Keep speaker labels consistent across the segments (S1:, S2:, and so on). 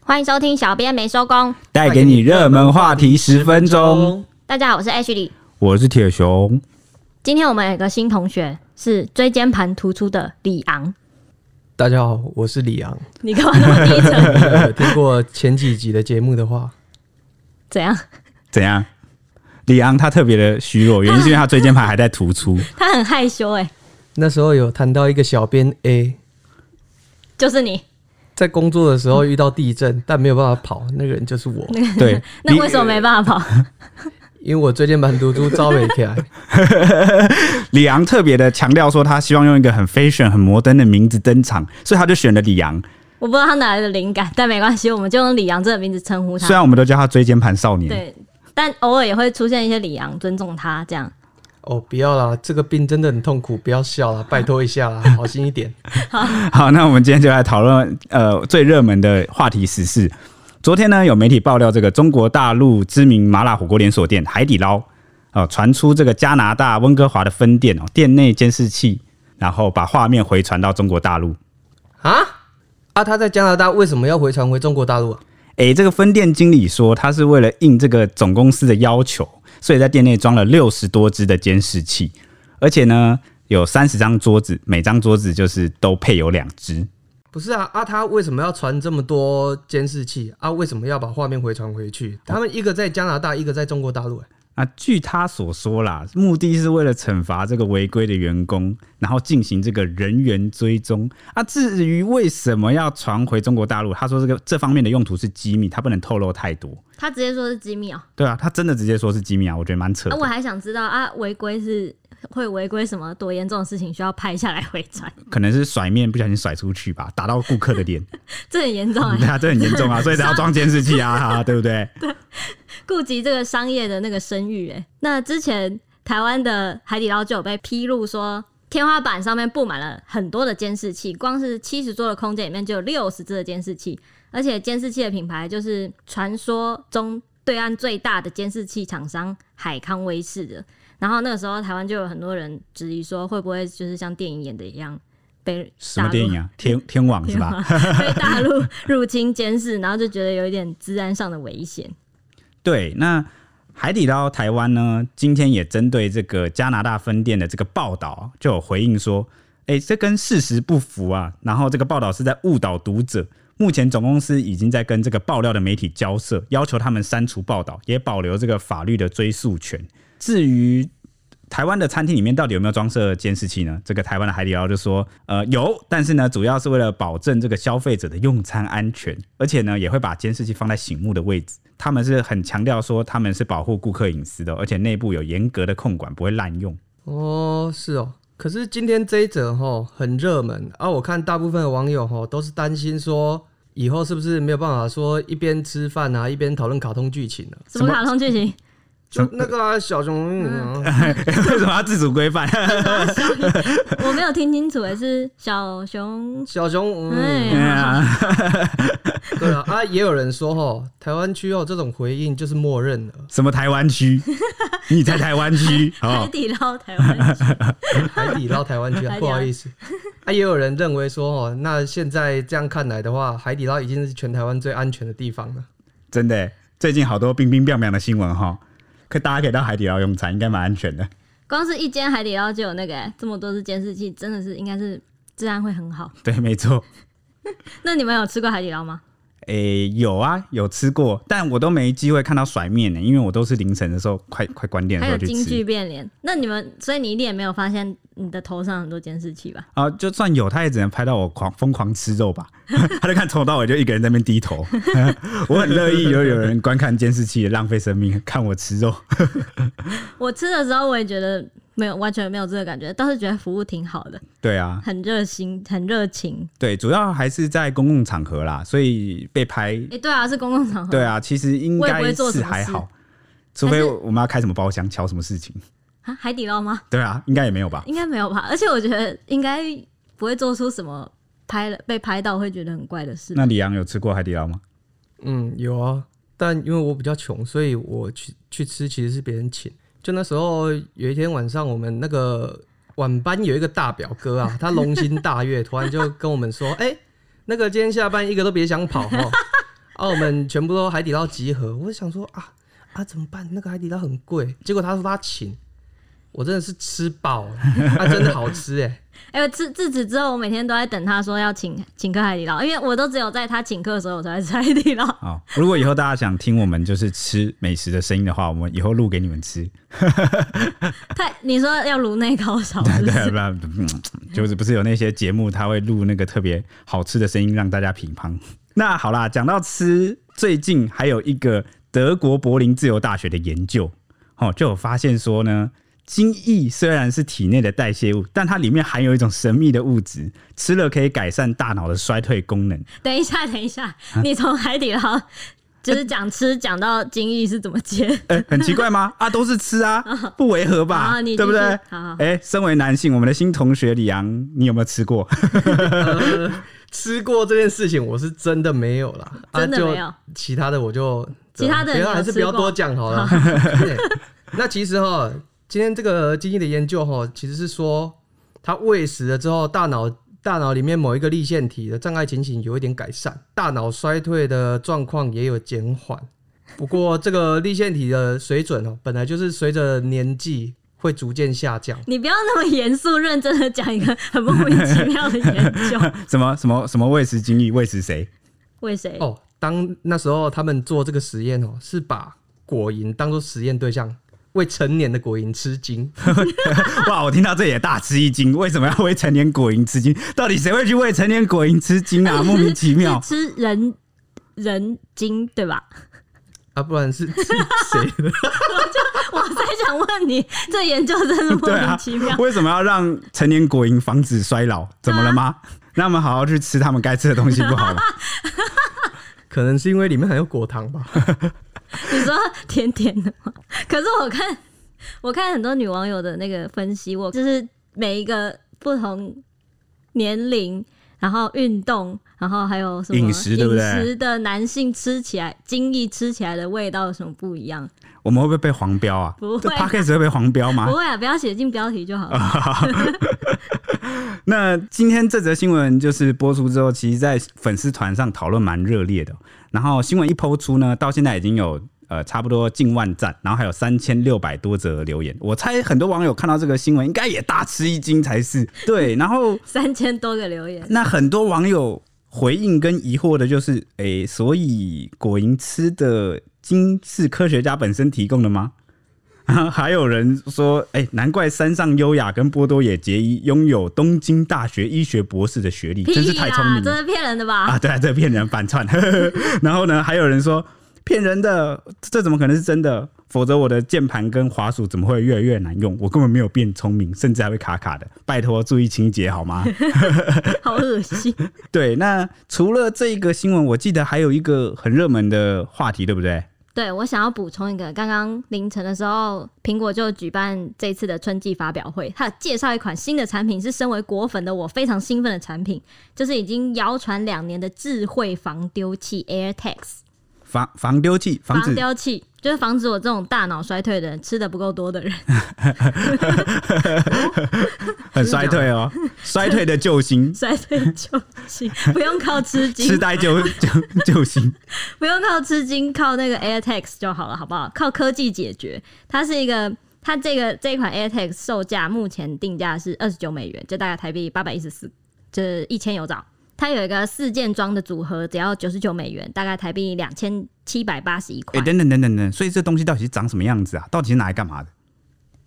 S1: 欢迎收听《小编没收工》，
S2: 带给你热门话题十分钟。
S1: 大家好，我是 H 李。
S2: 我是铁熊，
S1: 今天我们有一个新同学是椎间盘突出的李昂，
S3: 大家好，我是李 昂。
S1: 你干嘛那么低沉？
S3: 呃听过前几集的节目的话，
S1: 怎样？
S2: 怎样？李昂他特别的虚弱，原因是因为他椎间盘还在突 出。
S1: 他很害羞哎、
S3: 那时候有谈到一个小编 A
S1: 就是你，
S3: 在工作的时候遇到地震，但没有办法跑，那个人就是我，
S2: 对，
S1: 那
S2: 李
S1: 为什么没办法跑？
S3: 因为我椎间盘突出招没起来。
S2: 李昂特别的强调说，他希望用一个很 fashion、很摩登的名字登场，所以他就选了李昂。
S1: 我不知道他哪来的灵感，但没关系，我们就用李昂这个名字称呼
S2: 虽
S1: 他。
S2: 然我们都叫他椎间盘少年，
S1: 对，但偶尔也会出现一些李昂，尊重他这样。
S3: 哦，不要啦，这个病真的很痛苦，不要笑啦，拜托一下啦， 好心一点。
S2: 好，那我们今天就来讨论呃最热门的话题时事。昨天呢，有媒体爆料，这个中国大陆知名麻辣火锅连锁店海底捞，呃，传出这个加拿大温哥华的分店哦，店内监视器，然后把画面回传到中国大陆。
S3: 啊啊，他在加拿大为什么要回传回中国大陆啊？
S2: 诶，这个分店经理说，他是为了应这个总公司的要求，所以在店内装了六十多只的监视器，而且呢，有三十张桌子，每张桌子就是都配有两只。
S3: 不是啊，啊，他为什么要传这么多监视器啊？为什么要把画面回传回去？他们一个在加拿大，一个在中国大陆、欸。
S2: 啊，据他所说啦，目的是为了惩罚这个违规的员工，然后进行这个人员追踪。啊，至于为什么要传回中国大陆，他说这个这方面的用途是机密，他不能透露太多。
S1: 他直接说是机密哦、
S2: 对啊，他真的直接说是机密啊，我觉得蛮扯
S1: 啊
S2: 的。
S1: 我还想知道啊，违规是会违规什么多严重的事情需要拍下来回传？
S2: 可能是甩面不小心甩出去吧，打到顾客的脸，
S1: 这很严重哎、
S2: 对啊，这很严重啊，所以才要装监视器啊，对不对？
S1: 顾及这个商业的那个声誉。哎，那之前台湾的海底捞就有被披露说，天花板上面布满了很多的监视器，光是七十桌的空间里面就有六十只的监视器，而且监视器的品牌就是传说中对岸最大的监视器厂商海康威视的。然后那个时候，台湾就有很多人质疑说，会不会就是像电影演的一样被
S2: 什
S1: 大
S2: 么
S1: 陆
S2: 电影啊？天天网是吧？
S1: 被大陆入侵监视，然后就觉得有一点治安上的危险。
S2: 对，那海底捞台湾呢，今天也针对这个加拿大分店的这个报道，就有回应说，哎、这跟事实不符啊。然后这个报道是在误导读者。目前总公司已经在跟这个爆料的媒体交涉，要求他们删除报道，也保留这个法律的追诉权。至于台湾的餐厅里面到底有没有装设监视器呢？这个台湾的海底捞就说，呃，有，但是呢，主要是为了保证这个消费者的用餐安全，而且呢，也会把监视器放在醒目的位置。他们是很强调说，他们是保护顾客隐私的，而且内部有严格的控管，不会滥用。
S3: 哦，是哦。可是今天这一则哈很热门啊，我看大部分的网友哈都是担心说以后是不是没有办法说一边吃饭啊一边讨论卡通剧情了、啊
S1: 什么卡通剧情？
S3: 就那个啊、小 熊、嗯
S2: 为什么要自主规范？
S1: 我没有听清楚，诶，是小熊。
S3: 小熊嗯，
S1: 哎，
S2: 啊
S3: 对啊啊，也有人说哈台湾区哦这种回应就是默认了，
S2: 什么台湾区？你在台湾区？
S1: 海
S2: 哦，
S1: 底捞台湾区
S3: 海底捞台湾 区、
S1: 海底捞
S3: 啊，不好意思啊，也有人认为说哦那现在这样看来的话，海底捞已经是全台湾最安全的地方了。
S2: 真的耶，最近好多冰冰冰冰的新闻哈、哦。可大家可以到海底捞用餐，应该蛮安全的。
S1: 光是一间海底捞就有那个、诶这么多只监视器，真的是应该是治安会很好。
S2: 对，没错。
S1: 那你们有吃过海底捞吗？
S2: 诶、有啊，有吃过，但我都没机会看到甩面呢、因为我都是凌晨的时候，快快关店的
S1: 还
S2: 时
S1: 有
S2: 候去
S1: 京剧
S2: 吃。
S1: 变脸，那你们所以你一定也没有发现你的头上很多监视器吧？
S2: 啊，就算有，他也只能拍到我狂疯狂吃肉吧。 他就看从头到尾就一个人在那边低头， 我很乐意有有人观看监视器，浪费生命，看我吃肉。
S1: 我吃的时候我也觉得没有完全没有这个感觉，倒是觉得服务挺好的，
S2: 对啊，
S1: 很热心，很热情。
S2: 对，主要还是在公共场合啦，所以被拍，
S1: 哎、对啊，是公共场合。
S2: 对啊，其实应
S1: 我也不会
S2: 该
S1: 做什
S2: 是
S1: 么
S2: 还
S1: 事
S2: 好，除
S1: 还
S2: 非
S1: 是
S2: 我们要开什么包厢，敲什么事情，
S1: 啊，海底捞吗？
S2: 对啊，应该也没有吧。
S1: 应该没有吧？而且我觉得应该不会做出什么拍了被拍到会觉得很怪的事。
S2: 那李阳有吃过海底捞吗？
S3: 嗯，有啊，但因为我比较穷，所以我去去吃其实是别人请。就那时候有一天晚上，我们那个晚班有一个大表哥啊，他龙心大悦，突然就跟我们说：“哎、那个今天下班一个都别想跑哦。”澳门全部都海底捞集合。我想说啊啊，怎么办？那个海底捞很贵。结果他说他请，我真的是吃饱了，他、真的好吃哎、
S1: 哎、呦，自自此之后，我每天都在等他说要请请客海底捞，因为我都只有在他请客的时候我才会吃海底捞。
S2: 好，如果以后大家想听我们就是吃美食的声音的话，我们以后录给你们吃。
S1: 他你说要颅内高潮是不
S2: 对
S1: 是？
S2: 啊，不嗯就是不是有那些节目，他会录那个特别好吃的声音，让大家品尝。 那好啦，讲到吃，最近还有一个德国柏林自由大学的研究，哦，就有发现说呢，精益虽然是体内的代谢物，但它里面含有一种神秘的物质，吃了可以改善大脑的衰退功能。
S1: 等一下，等一
S2: 啊
S1: 下，你从海底捞就是讲吃讲到精益是怎么接？
S2: 哎、 很奇怪吗？啊，都是吃啊，不违和吧？
S1: 好啊你继续
S2: 对不对？
S1: 好好
S2: 哎、身为男性，我们的新同学李阳，你有没有吃过？
S3: 吃过这件事情，我是真的没有啦，
S1: 真的没有
S3: 啊、就其他的我就
S1: 其他的
S3: 不
S1: 你
S3: 要
S1: 有
S3: 还是不要
S1: 吃过
S3: 多讲好了。 对那其实哈，今天这个基因的研究哈，其实是说它喂食了之后，大脑大脑里面某一个立腺体的障碍情形有一点改善，大脑衰退的状况也有减缓。不过这个立腺体的水准哦，本来就是随着年纪会逐渐下降。
S1: 你不要那么严肃认真的讲一个很莫名其妙的研 究，
S2: 什么什么什么喂食精益，喂食谁？
S1: 为谁？
S3: 哦，当那时候他们做这个实验哦，是把果蝇当做实验对象，为成年的果蝇吃惊。
S2: 哇，我听到这也大吃一惊，为什么要喂成年果蝇吃惊？到底谁会去喂成年果蝇吃 惊啊？莫名其妙
S1: 是。吃人人精对 吧？
S3: 啊，不然是是谁的？
S1: 我在想问你，这研究真是莫
S2: 对
S1: 名
S2: 啊
S1: 其妙，。
S2: 为什么要让成年果蝇防止衰老？怎么了
S1: 啊
S2: 吗？让他们好好去吃他们该吃的东西不 好吗？
S3: 可能是因为里面含有果糖 吧。
S1: 你说甜甜的吗？可是我看我看很多女网友的那个分析，我就是每一个不同年龄，然后运动，然后还有什么
S2: 饮食对不对
S1: 饮食的男性吃起来，精益吃起来的味道有什么不一样？
S2: 我们会不会被黄标啊？
S1: 不会
S2: 这 p o d c a s 会被黄标吗
S1: 不？会啊，不要写进标题就好
S2: 啊
S1: 了。
S2: 那今天这则新闻就是播出之后，其实在粉丝团上讨论蛮热烈的。然后新闻一抛出呢，到现在已经有呃差不多近万赞，然后还有三千六百多则留言。我猜很多网友看到这个新闻，应该也大吃一惊才是。对，然后
S1: 三千多个留言，
S2: 那很多网友回应跟疑惑的就是，诶、所以果蝇吃的精是科学家本身提供的吗？ 还有人说，诶，难怪山上优雅跟波多野结衣拥有东京大学医学博士的学历，真是
S1: 屁
S2: 太聪
S1: 啦，
S2: 明
S1: 这
S2: 了
S1: 是骗人的吧？
S2: 啊！对 啊，这骗人反串。然后呢，还有人说骗人的，这怎么可能是真的？否则我的键盘跟滑鼠怎么会越来越难用？我根本没有变聪明，甚至还会卡卡的。拜托，注意清洁好吗？
S1: 好恶心。
S2: 对，那除了这个新闻，我记得还有一个很热门的话题，对不对？
S1: 对我想要补充一个，刚刚凌晨的时候，苹果就举办这次的春季发表会，它有介绍一款新的产品，是身为果粉的我非常兴奋的产品，就是已经谣传两年的智慧防丢器 AirTags
S2: 防防丢器，防
S1: 防
S2: 止
S1: 丢器，就是防止我这种大脑衰退的人吃的不够多的人。，
S2: 很衰退哦， 衰退的救星
S1: 衰退就行，不用靠吃
S2: 痴
S1: 惊，
S2: 呆救救救 星。
S1: 不用靠吃惊，靠那个 AirTags 就好了，好不好？靠科技解决，它是一个。它这个这一款 AirTags 售价目前定价是二十九美元，就大概台币八百一十四，就是一千有找。它有一个四件装的组合，只要九十九美元，大概台币两千七百八十一
S2: 哎、
S1: 块。
S2: 等等等等等，所以这东西到底是长什么样子啊？到底是 拿来干嘛的？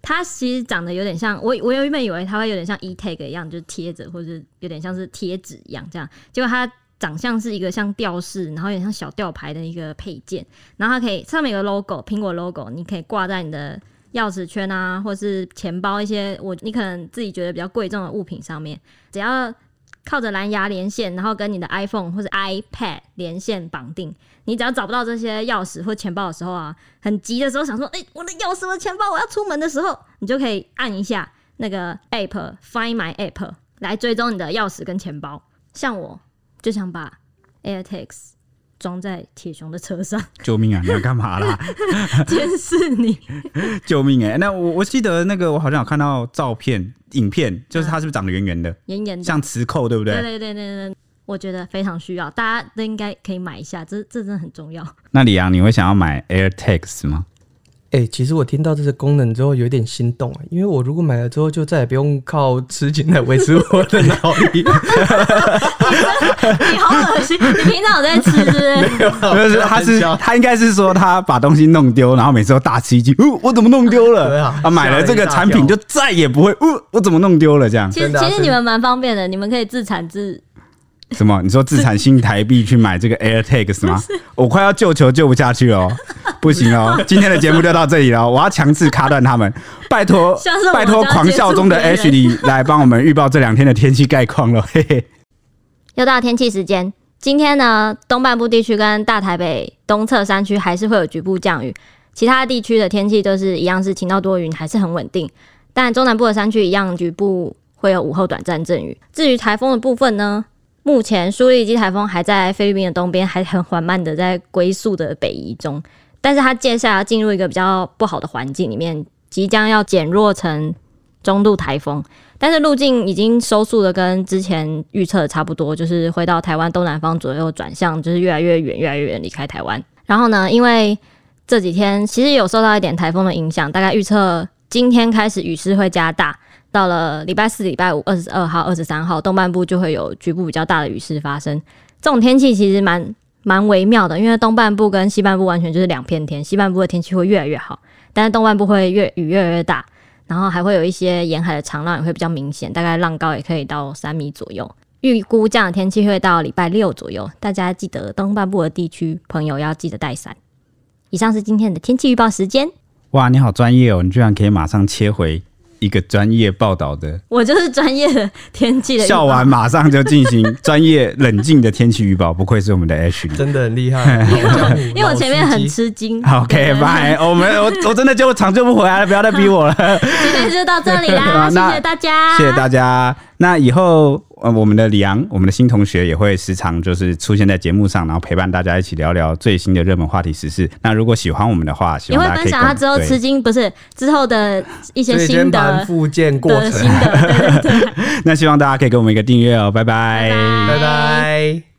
S1: 它其实长得有点像我，我原本以为它会有点像 e tag 一样，就是贴着，或者是有点像是贴纸一样这样。结果它长相是一个像吊饰，然后有点像小吊牌的一个配件，然后它可以上面有个 logo，苹果 logo，你可以挂在你的钥匙圈啊，或是钱包一些我你可能自己觉得比较贵重的物品上面，只要。靠着蓝牙连线，然后跟你的 iPhone 或者 iPad 连线绑定。你只要找不到这些钥匙或钱包的时候啊，很急的时候，想说，哎、我的钥匙、我的钱包，我要出门的时候，你就可以按一下那个 app Find My app 来追踪你的钥匙跟钱包。像我就想把 AirTags 装在铁熊的车上
S2: 救命啊！你要干嘛啦？
S1: 监视你，
S2: 救命哎、那我我记得那个我好像有看到照片、影片，就是它是不是长得圆圆的，
S1: 严严的。
S2: 嗯像磁扣，对不对？
S1: 对对对对对，我觉得非常需要，大家都应该可以买一下，这这真的很重要。
S2: 那李阳，你会想要买 AirTags 吗？
S3: 哎、其实我听到这个功能之后有点心动啊，因为我如果买了之后，就再也不用靠吃紧来维持我的脑 力。
S1: 你好恶心，你平常有在吃是不是？
S2: 就是他是他应该是说他把东西弄丢，然后每次都大吃一惊，哦，我怎么弄丢
S3: 对
S2: 了
S3: 啊？
S2: 啊，买了这个产品就再也不会，哦，我怎么弄丢了？这样
S1: 其实
S3: 真的啊
S1: 其实
S3: 是
S1: 你们蛮方便的，你们可以自产自。
S2: 什么？你说自产新台币去买这个 AirTags 吗？我快要救球救不下去了哦，不行哦！今天的节目就到这里了，我要强制卡断他们，拜托
S1: 像是我
S2: 拜托
S1: 们这样
S2: 狂笑中的
S1: 接触
S2: H 里 来帮我们预报这两天的天气概况了，嘿嘿。
S1: 又到天气时间，今天呢，东半部地区跟大台北东侧山区还是会有局部降雨，其他地区的天气都是一样是晴到多云，还是很稳定。但中南部的山区一样局部会有午后短暂阵雨。至于台风的部分呢，目前苏力基台风还在菲律宾的东边，还很缓慢的在龟速的北移中，但是它接下来要进入一个比较不好的环境里面，即将要减弱成中度台风。但是路径已经收束的跟之前预测的差不多，就是回到台湾东南方左右转向，就是越来越远，越来越远离开台湾。然后呢，因为这几天其实有受到一点台风的影响，大概预测今天开始雨势会加大，到了礼拜四、礼拜五二十二号、二十三号，东半部就会有局部比较大的雨势发生。这种天气其实蛮蛮微妙的，因为东半部跟西半部完全就是两片天，西半部的天气会越来越好，但是东半部会越雨越来越大。然后还会有一些沿海的长浪也会比较明显，大概浪高也可以到三米左右。预估这样的天气会到礼拜六左右，大家记得东半部的地区朋友要记得带伞。以上是今天的天气预报时间，
S2: 哇，你好专业哦！你居然可以马上切回一个专业报道的，
S1: 我就是专业的天气的预报
S2: 笑完马上就进行专业冷静的天气预报，不愧是我们的 H 里。
S3: 真的很厉害， 因
S1: 因为我前面很吃惊。
S2: OK，
S1: 对
S2: 拜，我们我我真的就抢救不回来了，不要再 逼我了，
S1: 今天就到这里啦，
S2: 好 那
S1: 谢谢大家，
S2: 谢谢大家。那以后呃，我们的李昂，我们的新同学也会时常就是出现在节目上，然后陪伴大家一起聊聊最新的热门话题时事。那如果喜欢我们的话，希
S1: 也
S2: 望
S1: 会
S2: 大家可
S1: 分
S2: 以跟
S1: 享
S2: 我
S1: 他
S2: 们
S1: 之后
S2: 对
S1: 吃惊，不是之后的一些
S3: 所以先
S1: 心
S3: 盘
S1: 得
S3: 复健过
S1: 的
S3: 程
S1: 心，得，对对对。
S2: 那希望大家可以给我们一个订阅哦，拜
S1: 拜拜
S3: 拜拜。